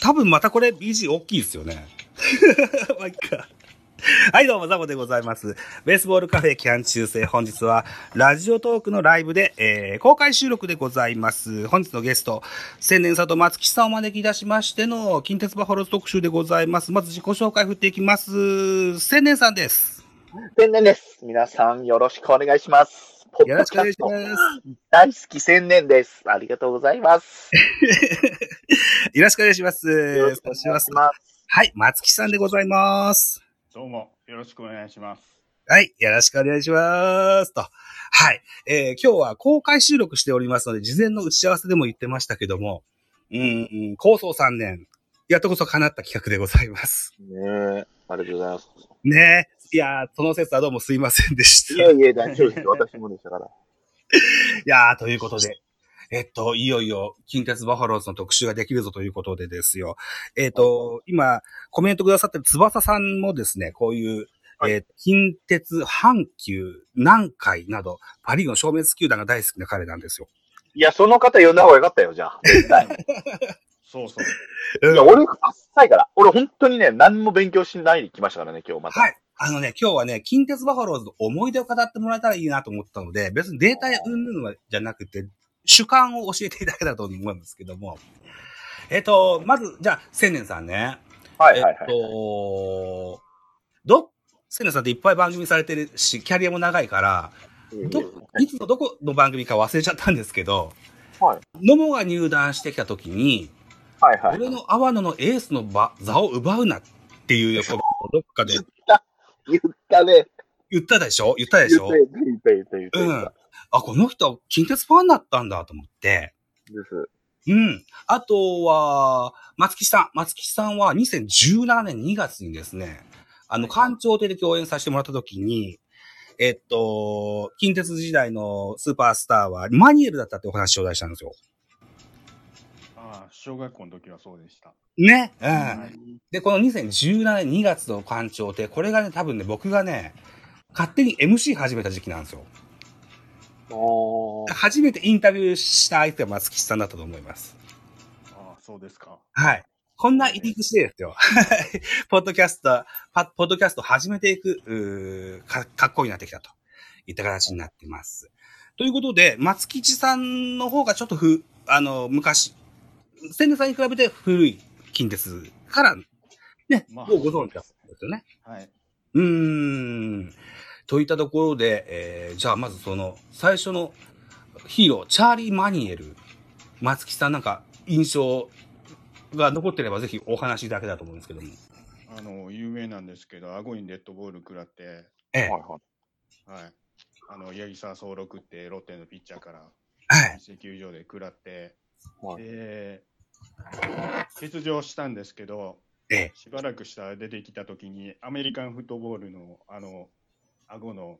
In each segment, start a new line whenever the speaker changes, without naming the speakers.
多分またこれ BG 大きいですよね。 まあ、いっか。はい、どうも、ザボでございます。ベースボールカフェ期間中世、本日は、ラジオトークのライブで、えー公開収録でございます。本日のゲスト、千年里松吉さんをお招きいたしましての、近鉄バファローズ特集でございます。まず自己紹介振っていきます。千年さんです。
千年です。皆さんよろしくお願いします。ポ
よろ
ッド
し
キ
くお願
ャ
いし
スト
ます。
大好き千年です。ありがとうございます。
よろしくお願いします。
よろしくお
そうし
願
ま
い
す
し。ます。
はい、松木さんでございます。
どうも、よろしくお願いします。
はい、よろしくお願いします。と。はい。えー今日は公開収録しておりますので、事前の打ち合わせでも言ってましたけども、うん、うん、構想3年、やっとこそ叶った企画でございます。
ねえ、ありがとうございます。
ねえ。いやー、その説はどうもすいませんでし
い
た。
や
い
いや、大丈夫です。私もでしたから。
やー、ということで。えっと、いよいよ、近鉄バファローズの特集ができるぞということでですよ。えっと、今、コメントくださってる翼さんもですね、こういう、
はい
えー近鉄、阪急、南海など、パリーグの消滅球団が大好きな彼なんですよ。
いや、その方呼んだ方がよかったよ、じゃあ。絶 対。
そうそう。
いや、俺、あっさいから。俺、本当にね、何も勉強しないで来ましたからね、今日また。
はい。あのね、今日はね、近鉄バファローズの思い出を語ってもらえたらいいなと思ったので、別にデータやうんぬんはじゃなくて、主観を教えていただけたらと思うんですけども。えっと、まず、じゃあ、千年さんね。
はい、はい、は
えっ
い。
と、ど、千年さんっていっぱい番組されてるし、キャリアも長いから、ど、いつのどこの番組か忘れちゃったんですけど、。
はい
野茂が入団してきた時に、
はい、はい。
俺の阿波野のエースの場座を奪うなっていうコメントをどっかで
言ったね。
言ったでしょ言ったで
言
し
っ
ょ
た、言った、言った、言った、言った。
うん。あ、この人、近鉄ファンだったんだと思って。
です。
うん。あとは、松木さん。松木さんは2017年2月にですね、あの、官庁邸で共演させてもらった時に、えっと、近鉄時代のスーパースターはマニュエルだったってお話を頂戴したんですよ。
ああ、小学校の時はそうでした。
ね。うん。
はい
で、この2017年2月の官庁邸、これがね、多分ね、僕がね、勝手に MC 始めた時期なんですよ。
おー。
初めてインタビューした相手は松木さんだったと思います。
ああ、そうですか。
はい。こんな入り口でですよ。 はいポッドキャスト、パポッドキャストを始めていく、うーか、かっこいいなってきたと。いった形になってます。ということで、松吉さんの方がちょっとふ、あの、昔、千年さんに比べて古い近鉄から、ね、
まあ
もうご存知だったんですよね。
はい。
うーん。といったところで、えーじゃあまずその、最初のヒーロー、チャーリー・マニエル、松木さんなんか印象が残ってればぜひお話しいただけたらと思うんですけども。
あの、有名なんですけど、顎にデッドボール食らって、
ええ
はい、。はい。
はい。あの、八木沢総六ってロッテのピッチャーから、
はい。
石球場で食らって、
はい
で、欠場したんですけど、
ええ。
しばらくしたら出てきた時に、アメリカンフットボールの、あの、顎の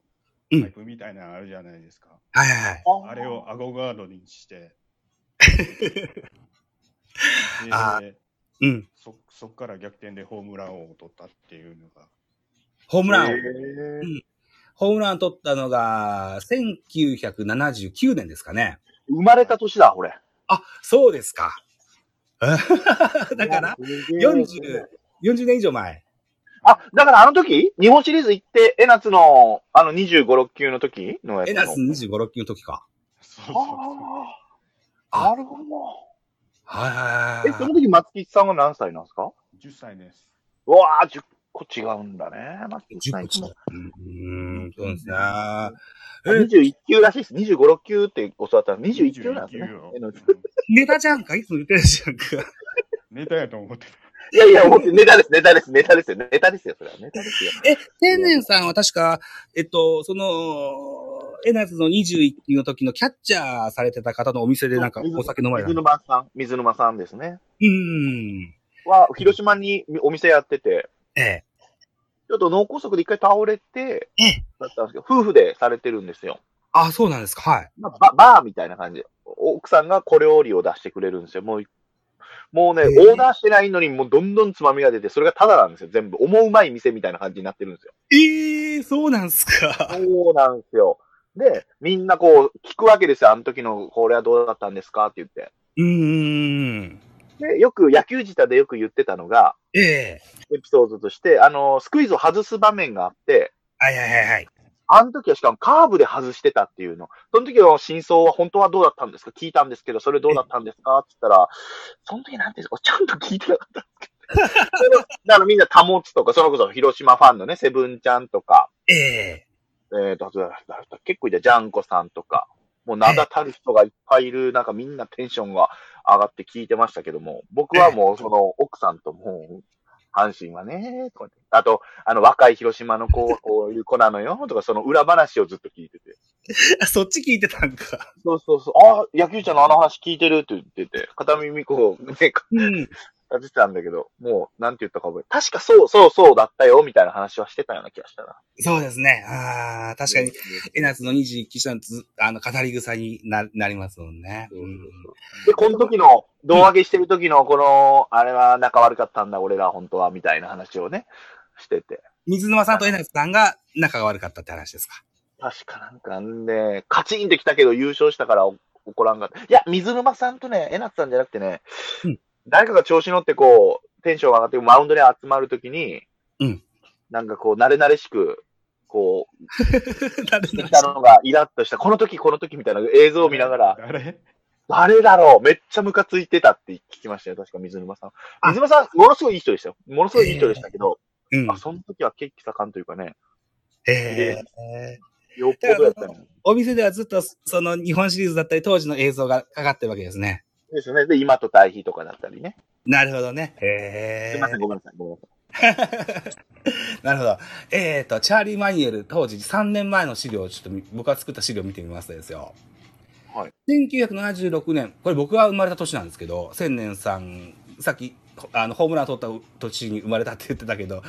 パイプみたいなのあるじゃないですか。
はいはいはい。
あれを顎ガードにして、
あ
で
うん。
そそこから逆転でホームラン王を取ったっていうのが、
ホームランを、
へー
ホームランを取ったのが、1979年ですかね。
生まれた年だ、俺。
あ、そうですか。 だから、
すげえ
40、40年以上前。
あ、だからあの時日本シリーズ行って、江夏の、あの25、6級の時のやつの。
エナス25、6級の時か。
そうそうそう
ああ、なるほど。
はいはい
え、
は
そ
い
の
はい。
時松木さんが何歳なんですか
10歳です。
うわあ、10個違うんだね。松木さん
10
いつも。
うん、うんそうですね。えー
21級らしいです。25、6級って教わったら21級なんですね
21よ。
江夏
うん
ネタじゃんかいつも言ってるじゃんか。
ネタやと思ってた。
いやいや、もうネタです、ネタです、ネタですよ。ネタですよ、それは。ネタですよ。
え、天然さんは確か、えっと、その、エナズの21期の時のキャッチャーされてた方のお店でなんかお酒飲まれた
水
の。
沼さん、水沼さんですね。
うん。
は、広島にお店やってて、
ええ。
ちょっと脳梗塞で一回倒れて
ええ、
だったんですけど、夫婦でされてるんですよ。
あ、そうなんですか。はい。
まあ、ババーみたいな感じで、奥さんが小料理を出してくれるんですよ。もう、もうね、
へー
オーダーしてないのに、もうどんどんつまみが出て、それがタダなんですよ、全部。思うまい店みたいな感じになってるんですよ。
ええそうなんですか。
そうなんですよ。で、みんなこう、聞くわけですよ。あの時の、これはどうだったんですかって言って。
うーん。
で、よく野球舌でよく言ってたのが、
ええ
エピソードとして、あの、スクイズを外す場面があって、
はいはいはいはい。
あの時はしかもカーブで外してたっていうの。その時の真相は本当はどうだったんですか聞いたんですけど、それどうだったんですかって言ったら、その時なんていうんですかちゃんと聞いてなかったんですけど。 それをだからみんな保つとか、それこそ広島ファンのね、セブンちゃんとか、
ええ
えーと、あと誰だった結構いた、ジャンコさんとか、もう名だたる人がいっぱいいる、なんかみんなテンションが上がって聞いてましたけども、僕はもうその奥さんともう、阪神はね、とかってあと、あの若い広島の子はこういう子なのよ、とかその裏話をずっと聞いてて。
あそっち聞いてたんか。
そうそうそう。ああ、野球者のあの話聞いてるって言ってて、片耳こう、ね、か
うん。
立ててたんだけど、もう、なんて言ったか覚えて確かそう、そう、そうだったよ、みたいな話はしてたような気がしたな。
そうですね。ああ、確かに、えなつの21期者のつあの、語り草にななりますもんね。うん。
で、この時の、胴上げしてる時の、この、あれは仲悪かったんだ、俺ら、本当は、みたいな話をね、してて。
水沼さんとえなつさんが仲が悪かったって話ですか。
確かなんかね、カチンってきたけど優勝したからお怒らんかった。いや、水沼さんとね、えなつさんじゃなくてね、
うん
誰かが調子乗ってこう、テンション上がってマウンドに集まるときに、
うん
なんかこう、慣れ慣れしく、こう、
なる
言ったのがイラッとした、この時この時みたいな映像を見ながら、
誰
誰だろうめっちゃムカついてたって聞きましたよ、確か水沼さん。
あ
水沼さん、ものすごいいい人でしたよ。ものすごいいい人でしたけど、
うん
あ、。その時は血気盛んというかね、
ええ
よっぽどやったよ。
お店ではずっと、その日本シリーズだったり、当時の映像がかかってるわけですね。
ですよね。で、今と対比とかだったりね。
なるほどね。
す
へ
い
え
ません、ごめんなさい、ごめんなさい。
なるほど。えっ、と、チャーリー・マニエル、当時3年前の資料をちょっとみ僕が作った資料を見てみますとですよ。
はい。
1976年、これ僕が生まれた年なんですけど、千年さん、さっき、ほあの、ホームランを取った年に生まれたって言ってたけど、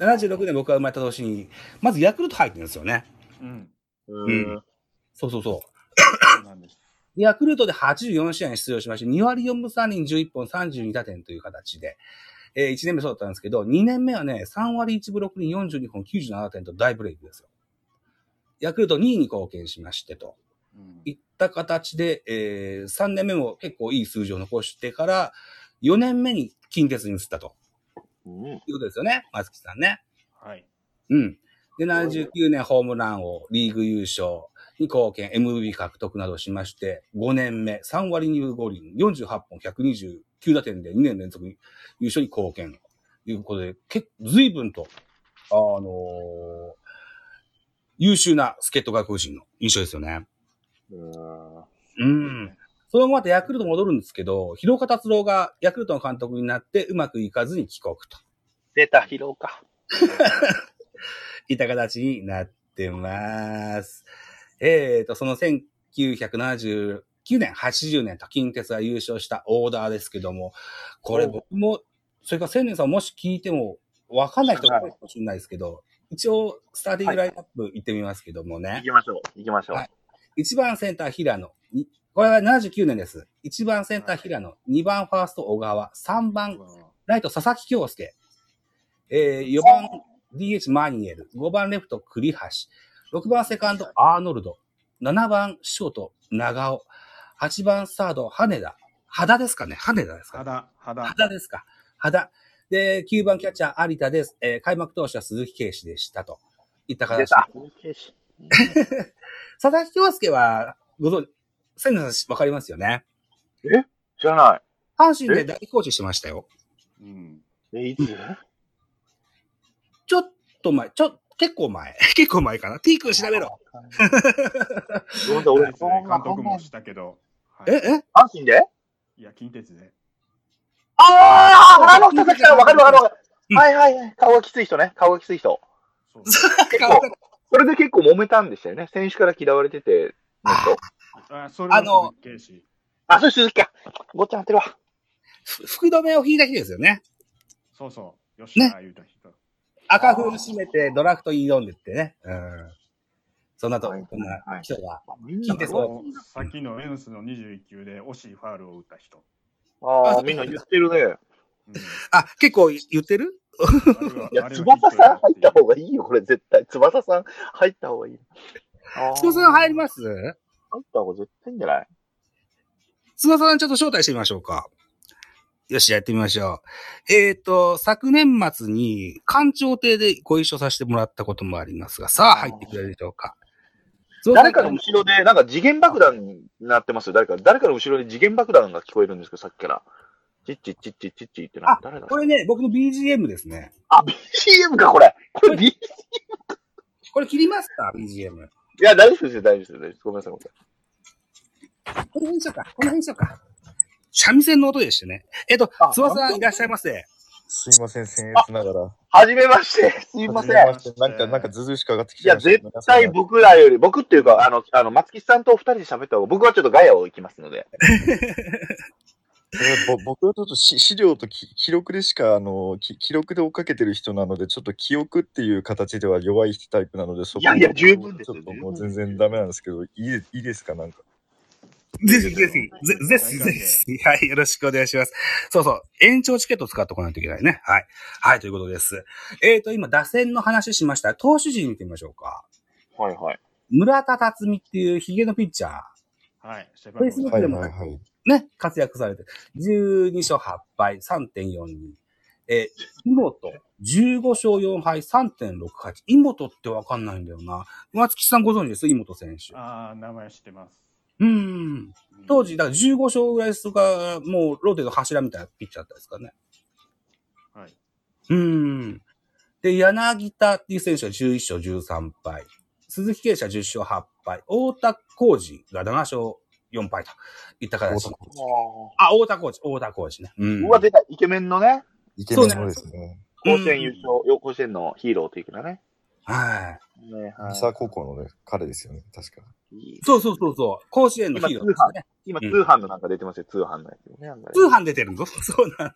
76年僕が生まれた年に、まずヤクルト入ってるんですよね。
うん。
う
うん
ん。
そうそうそう。
そうなんです。
ヤクルトで84試合に出場しまして、2割4分3厘11本32打点という形で、え1年目そうだったんですけど、2年目はね、3割1分6厘42本97打点と大ブレイクですよ。ヤクルト2位に貢献しましてと。
うん
いった形で、え3年目も結構いい数字を残してから、4年目に近鉄に移ったと
うん。
いうことですよね、松木さんね。
はい。
うん。で、79年ホームラン王、リーグ優勝に貢献、MV 獲得などしまして、5年目、3割2分5厘、48本、129打点で2年連続優勝に貢献。ということで、結構、随分と、あのー優秀な助っ人外国人の印象ですよね。
うん
うん。その後またヤクルト戻るんですけど、広岡達郎がヤクルトの監督になってうまくいかずに帰国と。
出た、疲労か。
いた形になってます。えーと、その1979年、80年と近鉄が優勝したオーダーですけども、これ
おう
僕も、それから千年さんもし聞いてもわかんない人が多いかもしれないですけど、一応、スターティングラインナップ行ってみますけどもね。
行きましょう、行きましょう。
はい1番センター平野。にこれは79年です。1番センター平野、2番ファースト小川、3番
うわ
ライト、佐々木京介。えー、4番、DH、マニエル。5番、レフト、栗橋。6番、セカンド、アーノルド。7番、ショート、長尾。8番、サード、羽田。羽田ですかね羽田ですかね
肌、肌
羽。田ですか羽田。で、9番、キャッチャー、有田です。えー、開幕投手は鈴木啓士でしたと。いった
出
形。
た。
佐々木京介は、ご存知、千年さんわかりますよね。
知らな
阪神で大コーチしてましたよ。
うん。
い。え、いつ
ちょっと前、ちょ、結構前。 結構前かな。T 君調べろ。
ごめん なさい、俺、
そうですね監督もしたけど。はい
え、え
阪神で
いや、近鉄で。
あああの人たちか、わかるわかるわか
う
る。
ん
はいはいはい。顔がきつい人ね。顔がきつい人。
そう
結構、それで結構揉めたんでしたよね。選手から嫌われてて、の人。
あ、それは
あの
鈴木啓士
あ、それ鈴木か。ごっちゃんってるわ。
ふ福留を引いた日ですよね。
そうそう。吉田言うた人。
赤風締めてドラフトに挑んでってね。うん。そんなと、
はい
こんな人が。
みん
で
な
すそう
あのさっきのエンスの21球で惜しいファールを打った人。
ああ、みんな言ってるね。
うん
あ、結構言ってる
いや、翼さん入った方がいいよ、これ絶対。翼さん入った方がいい。
翼さん入ります
入った方が絶対いいんじゃない
翼さんちょっと招待してみましょうか。よし、やってみましょう。えっ、と、昨年末に、官庁亭でご一緒させてもらったこともありますが、さあ、入ってくれるでしょうか。
誰かの後ろで、なんか次元爆弾になってますよ、誰か。誰かの後ろで次元爆弾が聞こえるんですけど、さっきから。チッチッチッチッチッチッってなん
あ
か誰だ、
これね、僕の BGM ですね。
あ、BGM か、これ。これ B、い
これ切りますか ?BGM。
や、大丈夫ですよ、大丈夫ですよ大丈夫です。ごめんなさい、ごめんなさ
この辺にしようか。この辺にしようか。三味線の音でしてね。えっ、と、
あ
つばさんいらっしゃいませ。
すいません、僭越ながら。
い。はじめまして、すいません。
は
い
じめましてなんか、なんかずずしく上がってきち
や、
ゃいました
絶対僕らより、僕っていうか、あの、あの、松木さんとお二人で喋った方が、僕はちょっとガヤを行きますので。
それぼ僕はちょっとし資料とき記録でしか、あの、き記録で追っかけてる人なので、ちょっと記憶っていう形では弱いタイプなので、そこ
いやいや十分です
ち
よ
ょっともう全然ダメなんですけど、いいいいですか、なんか。
ぜひぜひ、ぜぜひぜひ。はい、よろしくお願いします。そうそう。延長チケット使っておかないといけないね。はい。はい、ということです。えっ、と、今、打線の話しました。投手陣見てみましょうか。
はいはい。
村田辰巳っていうヒゲのピッチャー。
はい。背
フェ
番
イスブ
号
ック
い
でも
はいはい
ね、活躍されてる。12勝8敗、3.42。えー、妹、15勝4敗、3.68。妹ってわかんないんだよな。松木さんご存知です妹選手。
ああ、名前知ってます。
うーん。当時、だから15勝ぐらいですとか、もうローテの柱みたいなピッチャーだったんですかね。
はい。
うーん。で、柳田っていう選手は11勝13敗。鈴木慶社10勝8敗。大田浩二が7勝4敗といった形。
大田浩
あ、大田浩二、大田浩二ね。うん
うわ、出た、イケメンのね、
イケメンのですね。
甲子園優勝、よ甲子園のヒーロー的なね。
は
ねは
三
い
沢高校のね、彼ですよね、確か。
いい
い。そうそうそうそう。甲子園の
今
ヒ
通
ー
販
ローですね。
今、
う
通
ん
販のなんか出てますよ、通販のやつね。
通販出てるの そうなんだ。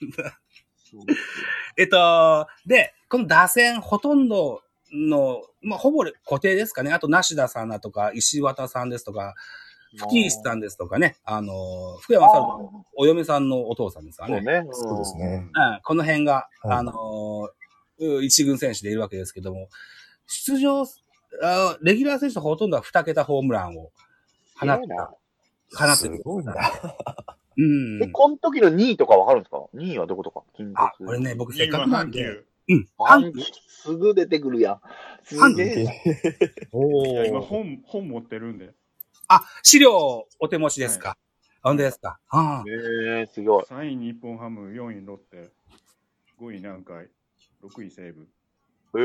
えっと、で、この打線ほとんどの、まあ、ほぼ固定ですかね。あと、梨田さんだとか、石渡さんですとか、吹石さんですとかね。あの、福山さんのお嫁さんのお父さんですか
そう
ね。
ね。
そうですね。
うん、この辺が、
はい
あのーう一軍選手でいるわけですけども、出場、あレギュラー選手のほとんどは2桁ホームランを放っ
すごいな
た。放って
す
る。
ごいな。
うん
え、。この時の2位とかわかるんですか ?2 位はどことか近鉄
あ、これね、僕せっかくなんで。
今
うん。
あ
阪
んすぐ出てくるやん。す
阪
げえな。
いや今
お
本、本持ってるんで。
あ、資料お手持ちですか。ほんでですか。ああ
えー、すごい。
3位日本ハム、4位ロッテ、5位南海、6位西武。
え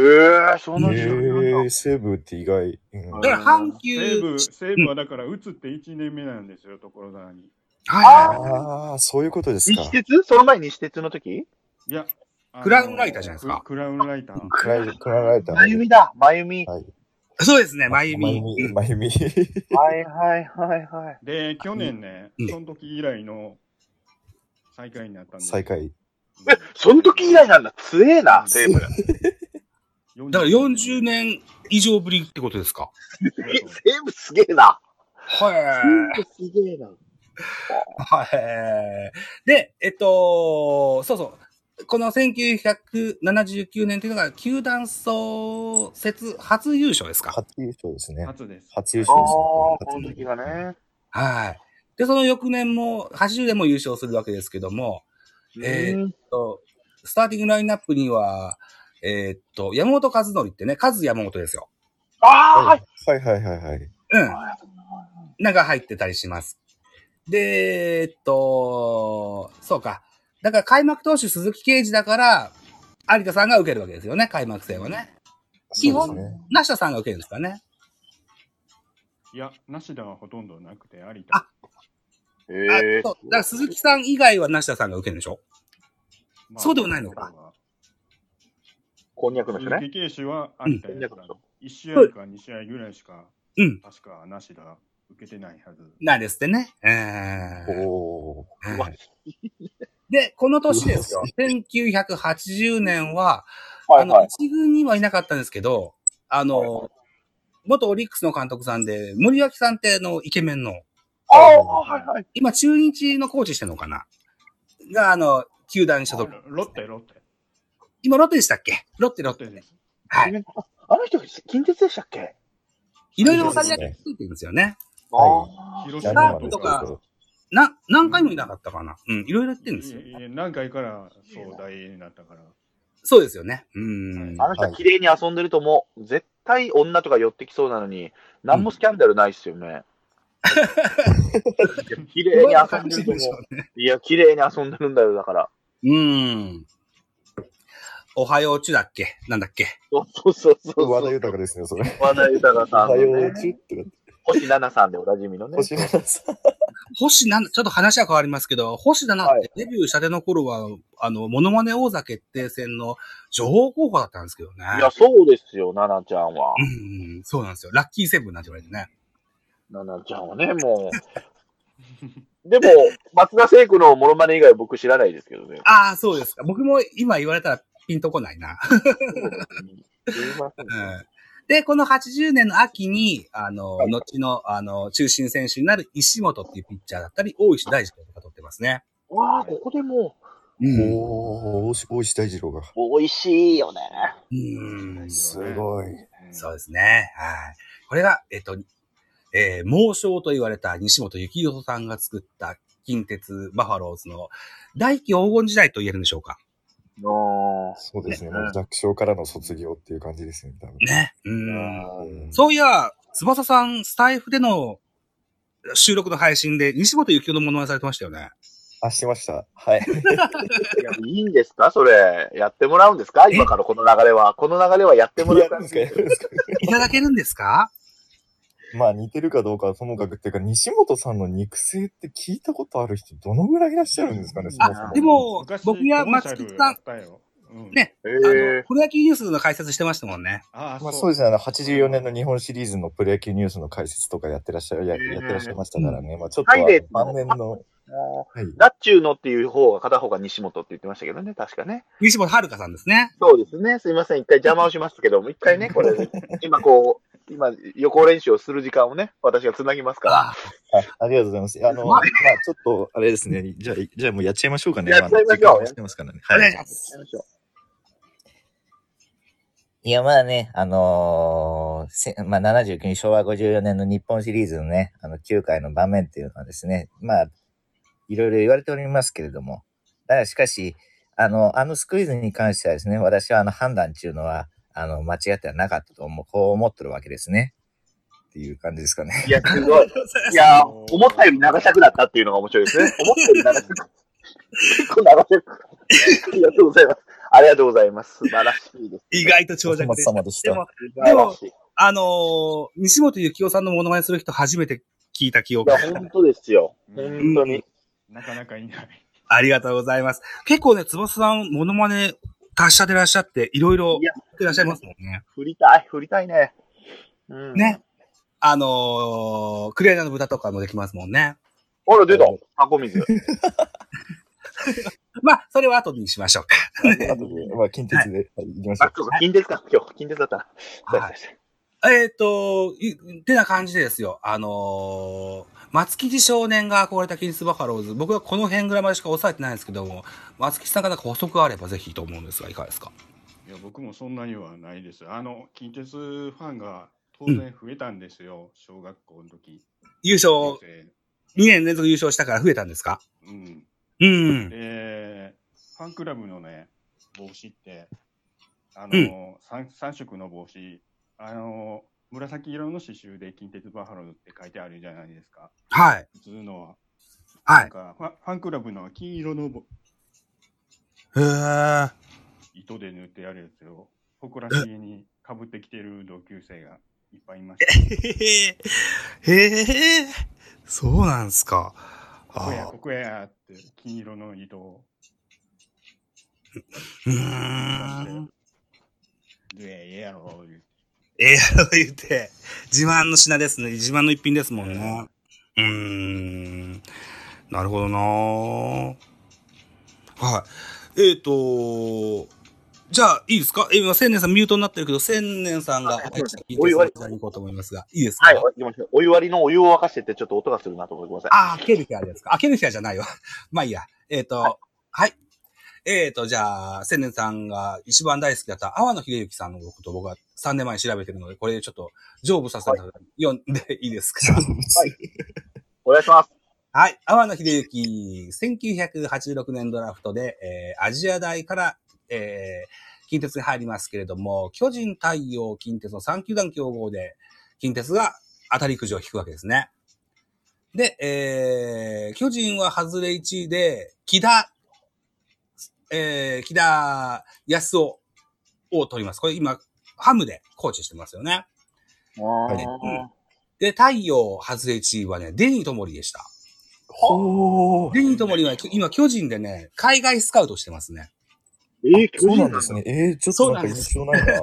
ー、そ
え
の人
ー、西武って意外。う
だ
ん
から阪急、
西武、西武はだから打つって1年目なんですよ、所沢に。
はいはいはい。
ああ、そういうことですか
西。鉄その前西鉄の時
いや、あの
クラウンライターじゃないですか
ククラウンライター。
クライクラライター。
まゆみだ、まゆみ。
はい。
そうですね、まゆみ。うん
まゆみ。
はいはいはいはい。
で、去年ね
うん、
その時以来の最下位になったんです。
最下位。
うん。
え、 その時以来なんだ。強えな、西武。
40
だから40年以上ぶりってことですか。
え西武すげえな。
はい。
西武すげえな。
はい。で、えっと、そうそう。この1979年というのが、球団創設初優勝ですか。
初優勝です ね。
初です。
初優
ああ
勝ですね。
ー、この時がね。
はい。で、その翌年も、80年も優勝するわけですけども、えー
うん
えっとスターティングラインナップには、えーっと、山本和則ってね、和山本ですよ。
ああ、はい。
はいはいはいはい。
うん。なんか入ってたりします。で、えっと、そうか。だから開幕投手鈴木啓治だから、有田さんが受けるわけですよね、開幕戦はね。基
そう
本
ですね。
梨田さんが受けるんですかね。
いや、なしだはほとんどなくて、有
あ
田。
あ
ええ
そう。だから鈴木さん以外は梨田さんが受けるんでしょ
まあ
そうでもないのか。
こんにゃくの人
鈴
ね。
木慶手は有田
うん
やったの。1試合か2試合ぐらいしか
うん、
確かなしだ受けてないはず。
なんですってね。えー
おお。
うん
うわ
で、この年ですよ。1980年は、
は
あ
い
の、
はい。
一軍にはいなかったんですけど、あ
はいは
の、元オリックスの監督さんで、森脇さんってあのイケメンの、
ああ、はいはい。
今中日のコーチしてんのかなが、あの、球団に所属。
ロッテ、ロッテ。
今ロッテでしたっけロッテロ
ロ
ッ
ッテ
テ
で
で。
す。
はい。
あの人、近鉄でしたっけ
いろいろお金がついてるんですよね。
は
あー
広
いや
な
島
ん
と
と
か
か、な、何回もいなかったかな。うん、いろいろやってるんですよ。
いえ何回からそう大変になったから。
そうですよね。うん。
あの人は綺麗に遊んでるともう、絶対女とか寄ってきそうなのに、何もスキャンダルないっすよね。いや綺麗に遊んでるともう、いや、綺麗に遊んでるんだよ、だから。
うん。おはようちゅだっけなんだっけ
そうそうそうそうそう。
和田豊ですね、それ。
和田豊さ
お
んの
は
ね、
ようちゅってなって。
星奈々さんでおなじみのね。
星野さん。
星なん、ちょっと話は変わりますけど、星だな
は
ってデビューしたての頃は、あの、モノマネ王座決定戦の女王候補だったんですけどね。
いや、そうですよ、奈々ちゃんは。
うんうん、そうなんですよ。ラッキーセブンなんて言われてね。
奈々ちゃんはね、も う。でも、松田聖子のモノマネ以外僕知らないですけど ね。
ああ、そうですか。僕も今言われたらピンとこないな。
すいません。
うんで、この80年の秋に、あの、後の、あの、中心選手になる石本っていうピッチャーだったり、大石大二とか取ってますね。
わあ、ここでも
うん。
おー、大石大二郎が。
う、美味しいよね。
うん。
すごい。
うん
そうですね。はい。これが、えっと、えー、猛将と言われた西本幸宏さんが作った近鉄バファローズの大気黄金時代と言えるんでしょうか。
あ
そうですね。
ね
もう弱小からの卒業っていう感じですね。多分
ね。う
ー
ん。
うん
そういや、翼さん、スタイフでの収録の配信で、西本幸雄のものまねされてましたよね。
あ、してました。はい。
いやいいんですかそれ。やってもらうんですか今からこの流れは。この流れはやってもら
や
う
るんですかやるんですか
いただけるんですか
まあ似てるかどうかはともかくっていうか、西本さんの肉声って聞いたことある人どのぐらいいらっしゃるんですかね、そもそも
あ、でも
昔、
僕や
コマー
松
シャル
木さ
や
ん
っ、たよ。うん
ね
え
あの
ー、
プロ野球ニュースの解説してましたもんね。
あ
まあ、そうですね、あの84年の日本シリーズのプロ野球ニュースの解説とかやってらっしゃる、や
うん
やってらっしゃいましたからね、まあ、ちょっと
パ
は
イレーツの
晩年の、は
も
い、
うラッチューのっていう方が片方が西本って言ってましたけどね、確かね。
西本遥さんですね。
そうですね。すいません。一回邪魔をしましたけども、一回ね、これ、今こう、今、予行練習をする時間をね、私がつなぎますか
あありがとうございます。あの、
う
ま
ま
あ、ちょっと、あれですね、じゃあ、じゃあもうやっちゃいましょうかね。
やっちゃいましょう
あの時間押してますからね。
お願
はい
し
い。
ます。
ら。
いや、まあね、あのーせまあ、79年、昭和54年の日本シリーズのね、あの、9回の場面っていうのはですね、まあ、いろいろ言われておりますけれども、だからしかし、あの、あのスクイズに関してはですね、私はあの判断っていうのは、あの、間違ってはなかったと思う、こう思ってるわけですね。っていう感じですかね。
いや、す ごい。いや、思ったより流したくなったっていうのが面白いですね。思ったより流したくな結構流したくありがとうございます。ありがとうございます。素晴らしいです。
意外と長
お
尺
疲れ
で。
様でし
で
た。
も、
素晴らしい。い
あのー西本幸雄さんのモノマネする人初めて聞いた記憶
や、本当ですよ。本当に。
なかなかいない。
ありがとうございます。結構ね、翼さん、モノマネ達者でいらっしゃって、いろいろ
いや
やってらっしゃいますもんね。
振りたい、振りたいね。うん。
ね。あのー、クレアナの豚とかもできますもんね。
あら、出た。箱水。
まあ、それは後にしましょうか。
あとで、まあ、近鉄で、はい、行きましょ
あ、
う。
そうか、金ですか。今日、金ですだったな。そう
は
で
い
すね
えっ、と、いってな感じでですよ。あのー、松吉少年が憧れたキンスバファローズ。僕はこの辺ぐらいまでしか抑えてないんですけども、松吉さんがなんか補足あればぜひと思うんですが、いかがですか
いや、僕もそんなにはないです。あの、近鉄ファンが当然増えたんですよ、小学校の時。
優勝、
で
2年連続優勝したから増えたんですか
うん。
うん。
で、ファンクラブのね、帽子って、あ
う
の、三三色の帽子、あの、紫色の刺繍で近鉄バファローズって書いてあるじゃないですか。
はい。
普通のは。
は
なん
い。
かファファンクラブの金色のぼ
へー。
糸で縫ってあるやつを、誇らしげにかぶってきてる同級生がいっぱいいました。
へえ、へえ、そうなんすか。
ここや、
あ
ここやって、金色の糸を。
うーん。
で、ええやろ、言う
ええやろ言うて、自慢の品ですね。自慢の一品ですもんね。うーん。なるほどなーはい。えっ、とじゃあ、いいですかえ今、千年さんミュートになってるけど、千年さんが、
はい
はい、聞い
お
て、
いおい
さんに行こうと思いますが、いいですか
はい、行きましょう。お湯割りのお湯を沸かしてって、ちょっと音がするなと思ってください。
ああ、ケルヒアですか。あ、ケルヒアじゃないわ。 まあいいや。えっ、と、はい。えっ、と、じゃあ、千年さんが一番大好きだった、阿野秀幸さんのことを僕は3年前に調べてるので、こ れちょっと、成仏させて、読んでいいですか
お願いします。
はい。阿野秀幸、1986年ドラフトで、えーアジア大から、えー近鉄に入りますけれども、巨人、太陽、近鉄の3球団競合で、近鉄が当たりくじを引くわけですね。で、えー巨人は外れ1位で、木田、えー木田康夫を取ります。これ今、ハムでコーチしてますよね。
はい
うんで、太陽、外れ1位はね、デニー・トモリでした。
ほ
デニーともには今巨人でね、海外スカウトしてますね。
えー、
そ
巨
うな
人
んですね。えー、ちょっとなんか印象ないな。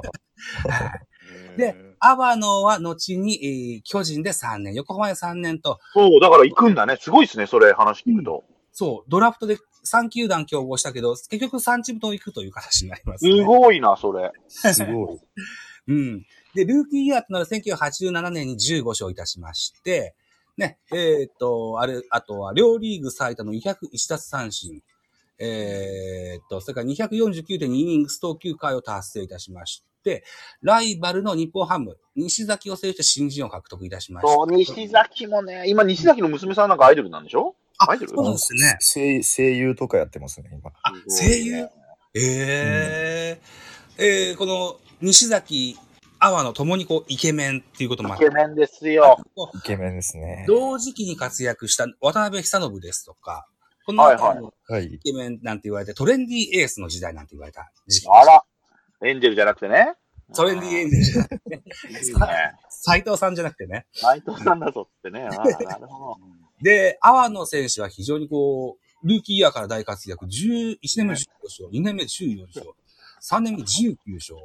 でアバノは後に、えー巨人で3年、横浜で3年と、
そう、だから行くんだね。すごいですね、それ話聞くと。
そう、ドラフトで3球団競合したけど、結局3チームとも行くという形になります、
す
ね。
ごいな、それ。
すごい。
うん。で、ルーキーイヤーとなる1987年に15勝いたしまして、ね、えーっと、あれ、あとは両リーグ最多の201奪三振、えーっと、それから249.2イニングス投球回を達成いたしまして、ライバルの日本ハム、西崎を制して新人を獲得いたしました。
そう、西崎もね、今、西崎の娘さんなんかアイドルなんでしょ
あ
アイドル
そうですね
声声優とかやってますね、今。
あ、声優えええーこの西崎、阿波の共にこうイケメンっていうこともあっ
イケ
て、
メンですよ。
イケメンですね。
同時期に活躍した渡辺久信ですとか、この
はいはい
辺りの
はい
イ。ケメンなんて言われて、トレンディエースの時代なんて言われた時期。
あら、エンジェルじゃなくてね。
トレンディエースじゃなくて、
いいね。
斎藤さんじゃなくてね。
内藤さんだぞってね。あーなるほ
で、阿波野選手は非常にこう、ルーキーイヤーから大活躍、11年目15勝、2年目14勝、3年目19勝、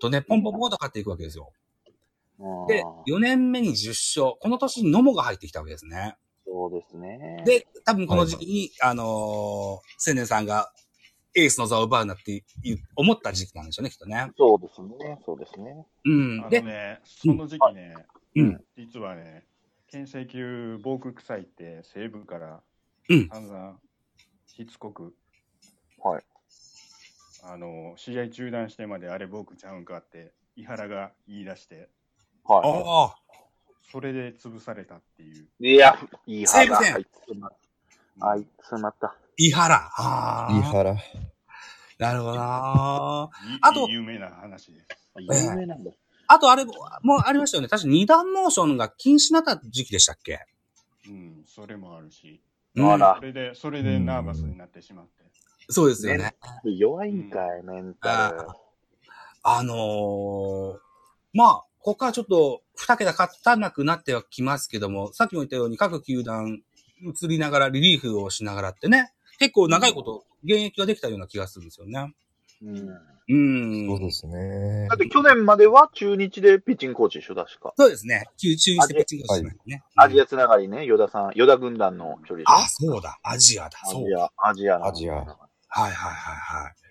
とね、ポンポンポンと勝っていくわけですよ。
ど。
で
うん、
4年目に10勝。この年に野茂が入ってきたわけですね。
そうですね。
で、多分この時期に、あのー、青年さんがエースの座を奪うなっていう思った時期なんでしょうね、きっとね。
そうですね。そうですね。
うん。
あの
で、
ね、その時期ね、
うん
実はね、牽制球防空臭いって西部から
うん
散々しつこく、
はい
あの試合中断してまであれ防空ちゃうんかって井原が言い出して、
は
ああ、
それで潰されたっていう。
い。いや、いい
西武
肌。
戦
あいつまあいつまた。
伊原。あ
飯
あ。
原。
なるほどな。
い
あと
有名な話です。
有名なんだ。
あとあれも、もうありましたよね。確か二段モーションが禁止になった時期でしたっけ
うん、それもあるし、
うん
あら
それで、それでナーバスになってしまって。
そうですよね。
弱いんかい、メンタル。
あのーまあ、ここからちょっと2桁勝たなくなってはきますけども、さっきも言ったように各球団移りながらリリーフをしながらってね、結構長いこと現役ができたような気がするんですよね。
うん
うん。
そうですね
だっ。て去年までは中日でピッチングコーチでしょ、確か。
そうですね。中中日でピッチングをしましたね。
アジアつながりね、ヨダさん、ヨダ軍団の距離でしょ
あ、そうだ。アジアだ。
ア
そう
ジ。ア、アジアの。
アジア
はいはいはいはい。